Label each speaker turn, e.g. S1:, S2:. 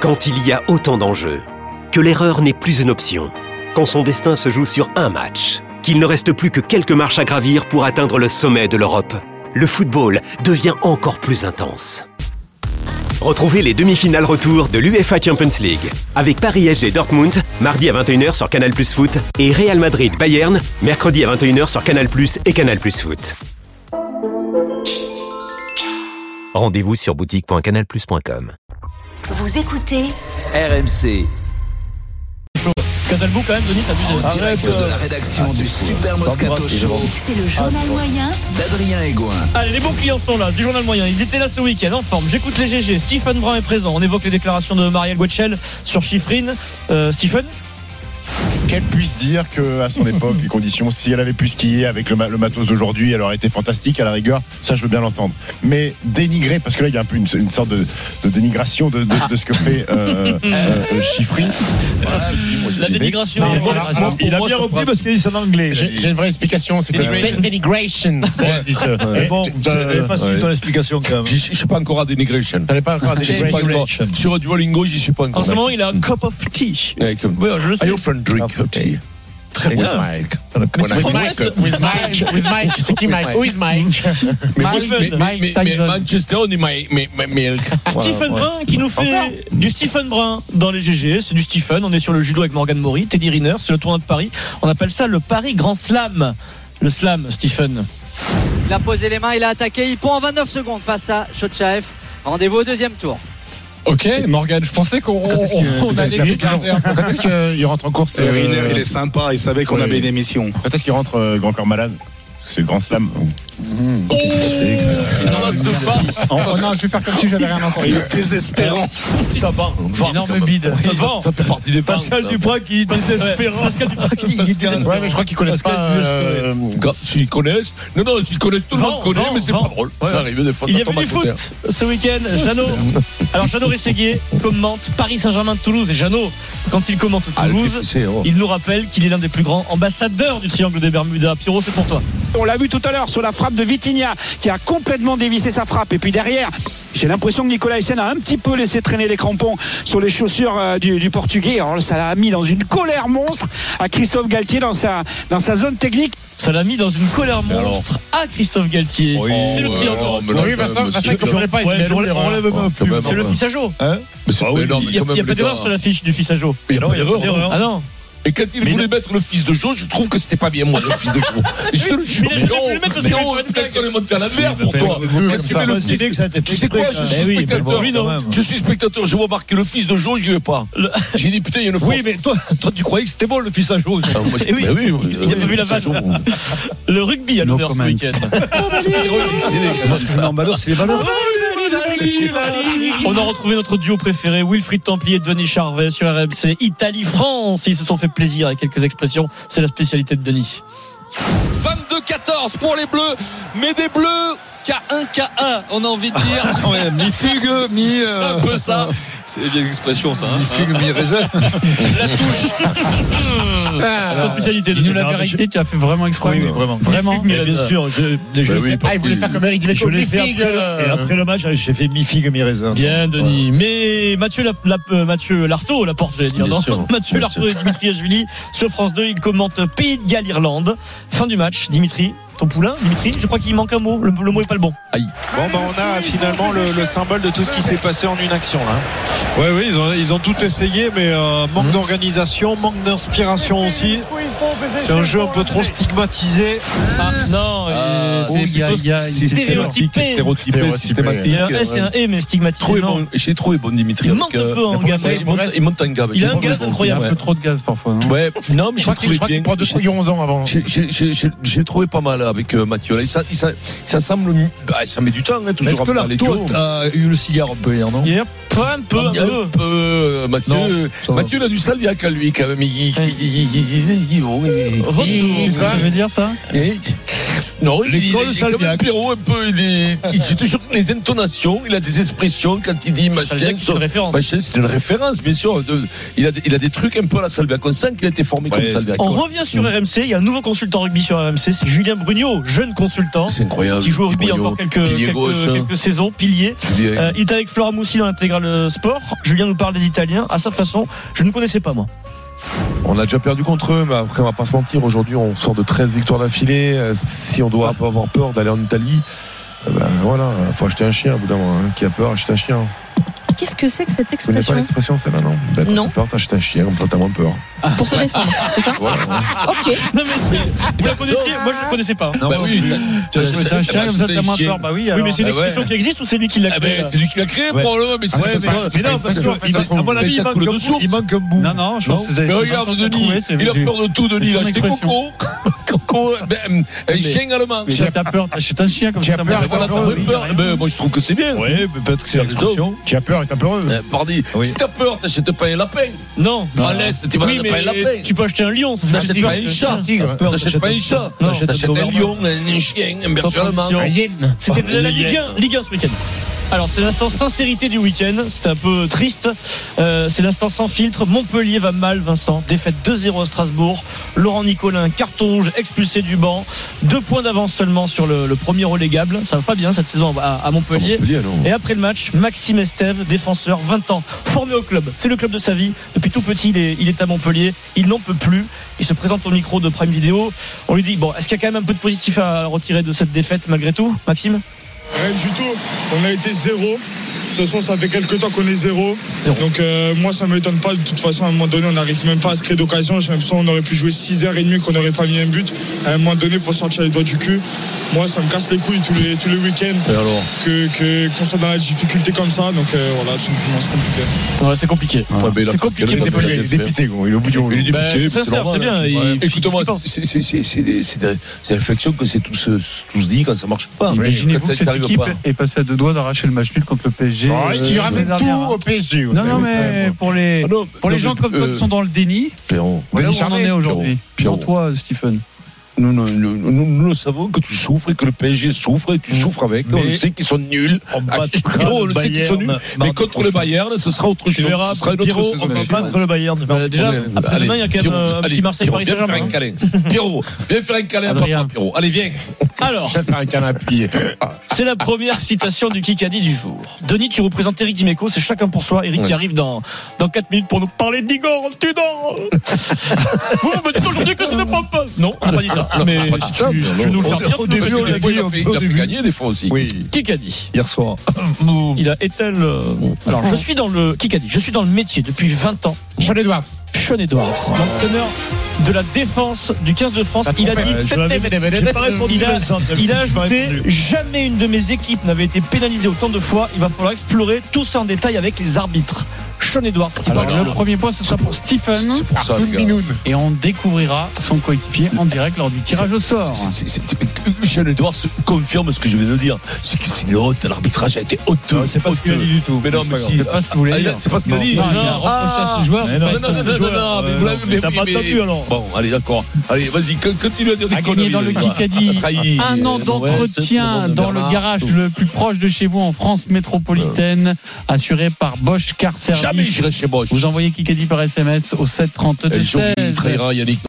S1: Quand il y a autant d'enjeux, que l'erreur n'est plus une option, quand son destin se joue sur un match, qu'il ne reste plus que quelques marches à gravir pour atteindre le sommet de l'Europe, le football devient encore plus intense. Retrouvez les demi-finales retour de l'UEFA Champions League avec Paris SG Dortmund mardi à 21h sur Canal Plus Foot et Real Madrid Bayern mercredi à 21h sur Canal Plus et Canal Plus Foot. Rendez-vous sur boutique.canalplus.com.
S2: Vous écoutez
S3: RMC.
S4: Casalbou quand même, Denis, t'as
S3: En
S4: abusé.
S3: direct
S5: euh.
S3: de la rédaction
S5: Ah,
S3: du Super Moscato Show
S2: C'est le journal moyen
S3: d'Adrien Aigouin.
S4: Allez, les bons clients sont là, du journal moyen. Ils étaient là ce week-end, en forme. J'écoute les GG. Stephen Brun est présent. On évoque les déclarations de Marielle Guetchel sur Chiffrine. Euh, Stephen
S6: qu'elle puisse dire qu'à son époque, les conditions, si elle avait pu skier avec le, ma- le matos d'aujourd'hui, elle aurait été fantastique à la rigueur. Ça, je veux bien l'entendre. Mais dénigrer, parce que là, il y a un peu une, une sorte de, de dénigration de, de- de ce que fait euh, euh, euh, Chiffry.
S4: Ça, c'est- La délégration.
S7: Non, voilà, alors,
S4: Pour moi, ça passe.
S7: parce qu'il dit ça en anglais.
S6: J'ai-
S7: J'ai
S6: j'ai
S7: une vraie explication, c'est que denigration.
S6: Ça existe. Et
S7: Eh bon,
S6: tu-
S7: c'est facile ton explication quand même.
S5: Je je suis pas encore à Denigration.
S7: T'allais pas encore à
S5: Je suis pas encore. Sur Duolingo, j'y suis pas
S4: En
S5: encore.
S4: ce moment, il a un cup of tea.
S5: Ah, mm. Ouais, comme-
S4: Oui, je le
S5: I
S4: sais.
S5: often drink
S7: Ah,
S5: tea.
S7: Très
S5: bien.
S7: Mike.
S5: When I-
S4: Franck,
S5: Mike,
S4: c'est-
S7: With Mike, with Mike, c'est qui Mike Who is Mike
S5: Mais-
S4: Mike
S5: mais-
S4: Tyson.
S5: mais- mais- mais
S7: Tyson.
S5: Manchester, on est my- my- my milk.
S4: Stephen
S7: ouais.
S4: Brun qui nous fait du Stephen Brun dans les GG, c'est du Stephen, on est sur le judo avec Morgan Mori, Teddy Riner, c'est le tournoi de Paris, on appelle ça le Paris Grand Slam. Le slam, Stephen.
S8: Il a posé les mains, il a attaqué, il pond en 29 secondes face à Chotchaev. Rendez-vous au deuxième tour.
S7: Ok, Morgan, je pensais qu'on
S5: Oh,
S7: on- on allait le garder.
S6: Quand est-ce qu'il rentre en course
S9: Et
S6: euh,
S9: Riner, il est sympa, il savait qu'on
S6: oui.
S9: avait une émission.
S6: Quand est-ce qu'il rentre euh, Grand Corps Malade C'est le Grand Slam.
S5: Oh, il en reste pas.
S7: Oh non, je vais faire comme si j'avais rien entendu.
S9: Il est désespérant.
S5: Ça va, on va, quand
S4: Énorme
S5: même.
S4: bide.
S5: Ça, ça- ça fait partie des fans. ça.
S4: qui désespérant. Pascal Duprat qui il est désespérant.
S7: Ouais, mais je crois qu'ils connaissent pas. euh,
S5: Quand- S'ils connaissent, non, non, s'ils connaissent, tout le
S4: Vend,
S5: monde connaît,
S4: vend,
S5: mais c'est
S4: vend.
S5: pas drôle.
S4: Ouais.
S5: Ça arrive des fois.
S4: Il y
S5: ça
S4: avait
S5: tombe
S4: du
S5: à côté.
S4: foot ce week-end. Jeannot. Alors Jeannot Rességuier commente Paris Saint-Germain de Toulouse. Et Jeannot, quand il commente
S5: Ah, le
S4: Toulouse,
S5: TFC, oh.
S4: il nous rappelle qu'il est l'un des plus grands ambassadeurs du Triangle des Bermudas. Pierrot, c'est pour toi.
S10: On l'a vu tout à l'heure sur la frappe de Vitinha qui a complètement dévissé sa frappe. Et puis derrière, j'ai l'impression que Nicolas Hyssen a un petit peu laissé traîner les crampons sur les chaussures euh, du, du Portugais. Alors, ça l'a mis dans une colère monstre à Christophe Galtier dans sa, dans sa zone technique.
S4: Ça l'a mis dans une colère
S5: Mais alors
S4: monstre à Christophe Galtier. c'est le
S5: Oh,
S4: triangle.
S5: alors, mais là,
S7: Oui,
S5: quand
S7: Vincent,
S5: même,
S7: Vincent,
S5: c'est-
S7: il comprendrait pas. il fait une erreur.
S5: Oh, quand même,
S4: c'est le
S5: ouais. Ah,
S4: fils à Joe.
S5: Mais c'est pas énorme,
S4: Il n'y a,
S5: quand même,
S4: il y a pas
S5: les
S4: d'erreur
S5: gars.
S4: sur la fiche du fils à Joe.
S5: Il y a pas d'erreur. hein.
S4: Ah non.
S5: Et quand il
S4: Mais
S5: voulait
S4: non.
S5: mettre le fils de Joe, je trouve que c'était pas bien moi, le fils de Joe. Je te le jure.
S4: Mais il a
S5: Mais
S4: jamais
S5: non,
S4: voulu mettre le hein,
S5: mais
S4: fils
S5: non,
S4: de Joe.
S5: peut-être qu'on est monté à la mer pour toi. Quand tu mets le fils. Tu sais quoi, je suis
S4: Eh oui, mais bon,
S5: spectateur.
S4: lui, non.
S5: Je suis spectateur, je vois marquer le fils de Joe, je n'y vais pas.
S4: Le-
S5: J'ai dit putain, il y a une faute.
S7: Oui, mais toi, toi, tu croyais que c'était bon le fils à Joe.
S5: Ah, moi, je-
S4: Eh oui.
S5: bah oui, oui,
S4: Il a pas
S5: oui,
S4: vu la
S5: ça,
S4: vanne.
S5: je-
S4: Le rugby à l'honneur ce week-end.
S5: C'est des- comme ça.
S7: c'est les valeurs.
S4: On a retrouvé notre duo préféré, Wilfried Templier et Denis Charvet sur RMC. Italie-France, ils se sont fait plaisir avec quelques expressions. C'est la spécialité de Denis.
S3: 22-14 pour les Bleus, mais des Bleus K1, K1, on a envie de dire. mi-fugue, mi.
S4: euh,
S3: C'est un peu ça. C'est une vieille expression, ça.
S5: hein.
S3: Mi-fugue, mi-réserve. La touche.
S7: Ah,
S4: C'est ta spécialité de Denis.
S7: tu as fait vraiment exprès. Oui, vraiment.
S4: Vraiment
S7: Mais bien sûr, je, je,
S5: Bah oui, parce
S7: Ah, il voulait
S5: que-
S7: faire comme Eric Dimeco.
S5: je l'ai fait
S7: mi-figue, euh,
S5: et après
S7: le match, j'ai fait mi-figue, mi-raisin.
S4: Bien, Denis. Mais Mathieu, la, la- euh, Mathieu Lartaud, la porte, j'allais dire.
S5: Bien
S4: non
S5: sûr.
S4: Mathieu Lartaud et Dimitri Ashvili sur France 2. Ils commentent Pays de Galles, Irlande. Fin du match. Dimitri, ton poulain, Dimitri, je crois qu'il manque un mot. Le, le mot est pas le
S10: Bon,
S4: bon.
S10: ben, on a finalement le, symbole de tout ce qui s'est passé en une action.
S6: Oui, oui, ils ont, ils ont tout essayé, mais euh,
S10: Mhm.
S6: manque d'organisation, manque d'inspiration aussi. C'est un jeu un peu trop stigmatisé.
S4: Ah, non,
S5: Ah,
S4: euh, c'est
S5: c'est-
S4: plutôt
S5: c'est- c'est
S4: stéréotypé.
S5: Stéréotypé,
S4: Il y a un S et
S5: systématique.
S4: un E,
S5: Trouvé
S4: mais stigmatisant.
S5: bon, j'ai trouvé bon Dimitri.
S4: Il
S5: avec,
S4: manque un
S5: euh,
S4: peu en gamme.
S5: Ouais, il, monte, il monte en gamme.
S4: Il a un
S5: J'ai
S4: gaz
S5: trouvé
S4: incroyable.
S5: bon,
S7: trop de gaz parfois. Non
S5: Ouais, Ouais, non, mais
S7: Mmh. je
S5: j'ai
S7: crois qu'il
S5: trouvé
S7: je crois qu'il
S5: bien.
S7: prend deux trucs il y a 11 ans avant.
S5: J'ai- j'ai- j'ai- j'ai- J'ai trouvé pas mal avec euh, Mathieu. Là, il, ça, il, ça, ça semble. mieux. Bah, ça met du temps, hein, toujours à faire les duos.
S7: a eu le cigare un peu hier, non
S4: Hier, un peu, un
S5: Il y a
S4: peu.
S5: un peu, euh, Mathieu,
S7: Non, ça va.
S5: Mathieu il a du salviac à lui quand même. oh, Il- il- il- il- il- il- il- il- il- il- il- il-
S4: Retour.
S7: Qu'est-ce que ça veut dire ça
S5: il- il- Non, il, il,
S7: L'école
S5: il est quand même
S7: Salmiac.
S5: Pierrot un peu. Il est, il, c'est toujours les intonations, il a des expressions quand il dit machin.
S4: Salmiac, c'est une
S5: son-
S4: référence.
S5: machin, c'est une référence, bien sûr. de- il, a, des- il a des trucs un peu à la Salbiac. On sent qu'il a été formé comme Salbiac.
S4: On revient sur RMC, il y a un nouveau consultant rugby sur RMC, c'est Julien Brugnot, jeune consultant.
S5: C'est incroyable.
S4: Qui joue au rugby
S5: Petit
S4: encore
S5: Brugnot,
S4: quelques,
S5: pilier
S4: quelques,
S5: gauche, hein.
S4: quelques saisons, pilier.
S5: Julien.
S4: Euh, il est avec Flora Moussi dans l'intégral euh, sport. Julien nous parle des Italiens. À sa façon, je ne connaissais pas moi.
S11: On a déjà perdu contre eux, mais après, on va pas se mentir. Aujourd'hui, on sort de 13 victoires d'affilée. Euh, Si on doit pas avoir peur d'aller en Italie, euh, ben voilà, faut acheter un chien au bout d'un moment. hein. Qui a peur, achète un chien.
S12: Qu'est-ce que c'est que cette
S11: Vous connaissez pas
S12: expression
S11: l'expression, celle-là, non ben, quand
S12: Non. Ah.
S11: T'as peur, t'achètes un chien, comme ça, t'as moins peur.
S12: Pour te défendre, c'est ça Ok.
S4: Non mais c'est- vous la connaissiez Moi je ne la connaissais pas. hein.
S5: Bah oui, t'as- t'as acheté- t'as acheté un chien.
S4: oui. mais c'est une
S5: Ah ouais.
S4: expression qui existe ou c'est lui qui l'a
S5: Ah
S4: créée
S5: ben,
S4: là
S5: c'est lui qui l'a créé,
S4: Ouais.
S5: probablement, mais
S4: Ah ouais,
S5: c'est
S4: mais- mais non, parce qu'en fait, à mon avis, il manque un bout.
S5: Il manque un bout. Non, non, je pense
S4: que c'est-
S5: Mais
S4: c'est
S5: regarde,
S4: Vincent qui a
S5: Denis,
S4: trouvé, c'est-
S5: il a
S4: c'est-
S5: peur de tout, Denis. Il a
S4: c'est
S5: acheté
S4: son expression.
S5: Coco. Coco, ben, un chien allemand.
S13: Mais t'as peur, t'achètes un chien comme ça. t'as
S5: Mais voilà, t'as peur. Ben, moi, je trouve que c'est bien.
S13: Oui, mais peut-être que c'est l'expression.
S6: Qui a peur est peureux.
S5: Euh, Pardi,
S13: Oui.
S5: si t'as peur, t'achètes pas un lapin.
S4: Non. Ah,
S5: En l'Est, tu vas
S4: Oui,
S5: pas
S4: mais
S5: un lapin.
S4: Tu peux acheter un lion, ça fait
S5: T'achètes
S4: peur
S5: pas un
S4: que-
S5: chat.
S4: T'as peur,
S5: T'achètes pas un chat.
S4: Non.
S5: T'achètes un lion, un chien, un berger allemand.
S4: Attention. C'était de la
S5: Un
S4: Ligue
S5: hyène.
S4: 1, Ligue 1 ce week-end. Alors c'est l'instant sincérité du week-end, c'est un peu triste. Euh, c'est l'instant sans filtre. Montpellier va mal, Vincent. Défaite 2-0 à Strasbourg. Laurent Nicolin, carton rouge, expulsé du banc. Deux points d'avance seulement sur le, le premier relégable. Ça va pas bien cette saison à, à Montpellier. Et après le match, Maxime Estève, défenseur, 20 ans, formé au club. C'est le club de sa vie. Depuis tout petit, il est, il est à Montpellier. Il n'en peut plus. Il se présente au micro de Prime Video. On lui dit bon, est-ce qu'il y a quand même un peu de positif à retirer de cette défaite malgré tout, Maxime
S14: Rien du tout. On a été zéro. De toute façon, ça fait quelques temps qu'on est zéro. Donc euh, moi, ça ne m'étonne pas. De toute façon, à un moment donné, on n'arrive même pas à se créer d'occasion. J'ai l'impression qu'on aurait pu jouer 6h30, qu'on n'aurait pas mis un but. À un moment donné, il faut sortir les doigts du cul. Moi, ça me casse les couilles tous les, tous les week-ends que- que- qu'on soit dans la difficulté comme ça. Donc euh, voilà, tout simplement, c'est compliqué.
S4: Ouais, c'est compliqué.
S5: Ouais, mais il a
S4: C'est
S5: pas-
S4: compliqué,
S5: il a- il a-
S4: Montpellier.
S5: il est dépité,
S6: gros. Il est au Ah, bout du
S5: Il est
S4: Bah,
S5: député,
S4: c'est
S5: c'est
S4: sincère,
S5: normal.
S4: c'est bien, il
S5: Ouais.
S4: fixe
S5: Écoute-moi,
S4: ce qu'il
S5: c'est- c'est- c'est c'est- c'est des c'est des- c'est des réflexions que c'est tous euh, tous dit quand ça marche pas.
S13: Imaginez-vous
S5: Quand
S13: que
S5: ça
S13: cette
S5: t'arrive
S13: équipe
S5: pas. Ah,
S13: est passée à deux doigts d'arracher le match nul contre le PSG.
S6: Oh,
S13: euh,
S6: il ramène
S13: l'année dernière,
S6: tout
S13: hein.
S6: au PSG.
S5: oh,
S6: vous
S13: Non,
S6: savez,
S13: non,
S6: frère.
S13: mais pour les,
S6: Ah non,
S13: pour les
S6: non,
S13: gens
S6: mais,
S13: comme toi qui
S6: euh,
S13: sont dans le déni,
S5: Ferron.
S13: voilà où
S5: Denis
S13: on en
S5: Charvet,
S13: est aujourd'hui.
S5: Pierrot.
S13: Dans toi, Stephen.
S5: Nous, nous, nous, nous, nous le savons que tu souffres et que le PSG souffre et tu souffres avec. on
S13: Mm. Mais-
S5: le sait qu'ils sont nuls.
S13: battra
S5: Ah, Pierrot, on
S13: le
S5: le sait qu'ils sont
S13: Bayern
S5: nuls. Mais
S13: mardi
S5: contre le
S13: prochain.
S5: Bayern, ce sera autre
S13: Tu
S5: chose.
S13: verras,
S5: Ce sera une
S13: Pierrot,
S5: autre
S13: on
S5: saison.
S13: va battre le Bayern.
S5: Bah,
S4: Euh, déjà,
S5: Allez,
S4: après-demain, il y a quand même euh,
S5: Pierrot,
S4: un petit
S5: allez,
S4: Marseille
S5: Pierrot,
S4: Paris
S5: viens faire un
S4: Saint-Germain,
S5: câlin. Pierrot, viens faire un câlin à papa, Pierrot. Allez, viens.
S4: Alors.
S5: Viens faire un câlin à plier.
S4: C'est la première citation du Kikadi du jour. Denis, tu représentes Eric Dimeco, c'est chacun pour soi. Eric
S5: Ouais.
S4: qui arrive dans, dans 4 minutes pour nous parler d'Igor Tudor. Vous me dites aujourd'hui que c'est de pop Non, on n'a pas dit ça.
S5: Non,
S4: mais
S5: on a pas dit ça,
S4: tu,
S5: mais
S4: tu
S5: non.
S4: nous le faire dire,
S5: Au
S4: tu nous
S5: début,
S4: fais
S5: on l'a
S4: dire.
S5: dit, au- au début. des fois aussi.
S13: Oui,
S4: Kikadi.
S13: hier soir.
S5: Euh,
S4: Il a Ethel. euh, Alors, je suis dans le Kikadi. Je suis dans le métier depuis 20 ans. Sean Edwards. Sean Edwards, l'entraîneur de la défense du 15 de France. Il a dit.
S13: Je l'avais- j'ai pas répondu,
S4: Il a-
S13: Vincent, t'as vu,
S4: il a
S13: j'ai pas
S4: ajouté
S13: répondu.
S4: jamais une de mes équipes n'avait été pénalisée autant de fois. Il va falloir explorer tout ça en détail avec les arbitres. Sean Edwards. qui
S13: Alors,
S4: parle.
S13: le premier point, ce sera pour Stephen.
S5: pour ça, les gars.
S13: Et on découvrira son coéquipier en direct lors du tirage au sort.
S5: C'est- c'est- c'est- Michel Edouard se confirme ce que je viens de dire. C'est que c'est une honte, l'arbitrage a été honteux.
S13: Non, c'est pas ce qu'il a
S5: honteux.
S13: dit du tout.
S5: Mais non,
S13: C'est
S5: mais
S13: pas
S5: si.
S13: grave. C'est pas ce que vous voulez
S5: Ah, il a-
S13: dire.
S5: C'est pas ce qu'il a
S13: Non,
S5: dit. Ah. Eh
S13: il a reproché à ce joueur,
S5: mais non,
S13: pas
S5: non,
S13: à ce
S5: non, non,
S13: joueur.
S5: non, mais
S13: Euh,
S5: vous l'avez-
S13: non,
S5: mais
S13: t'as
S5: oui,
S13: pas
S5: mais-
S13: entendu, alors.
S5: Bon, allez, d'accord. Allez, vas-y, con- continue à dire des
S13: A gagné
S5: conneries.
S13: dans le
S5: voilà.
S13: Kikadi.
S5: Trahi.
S13: Un an d'entretien
S5: Noël,
S13: dans le
S5: Bernard,
S13: garage
S5: tout.
S13: le plus proche de chez vous en France métropolitaine, assuré par Bosch Car Service.
S5: Jamais j'irai chez Bosch.
S13: Vous envoyez Kikadi par SMS au 732
S5: Et le jour où il
S13: 16.
S5: trahira Yannick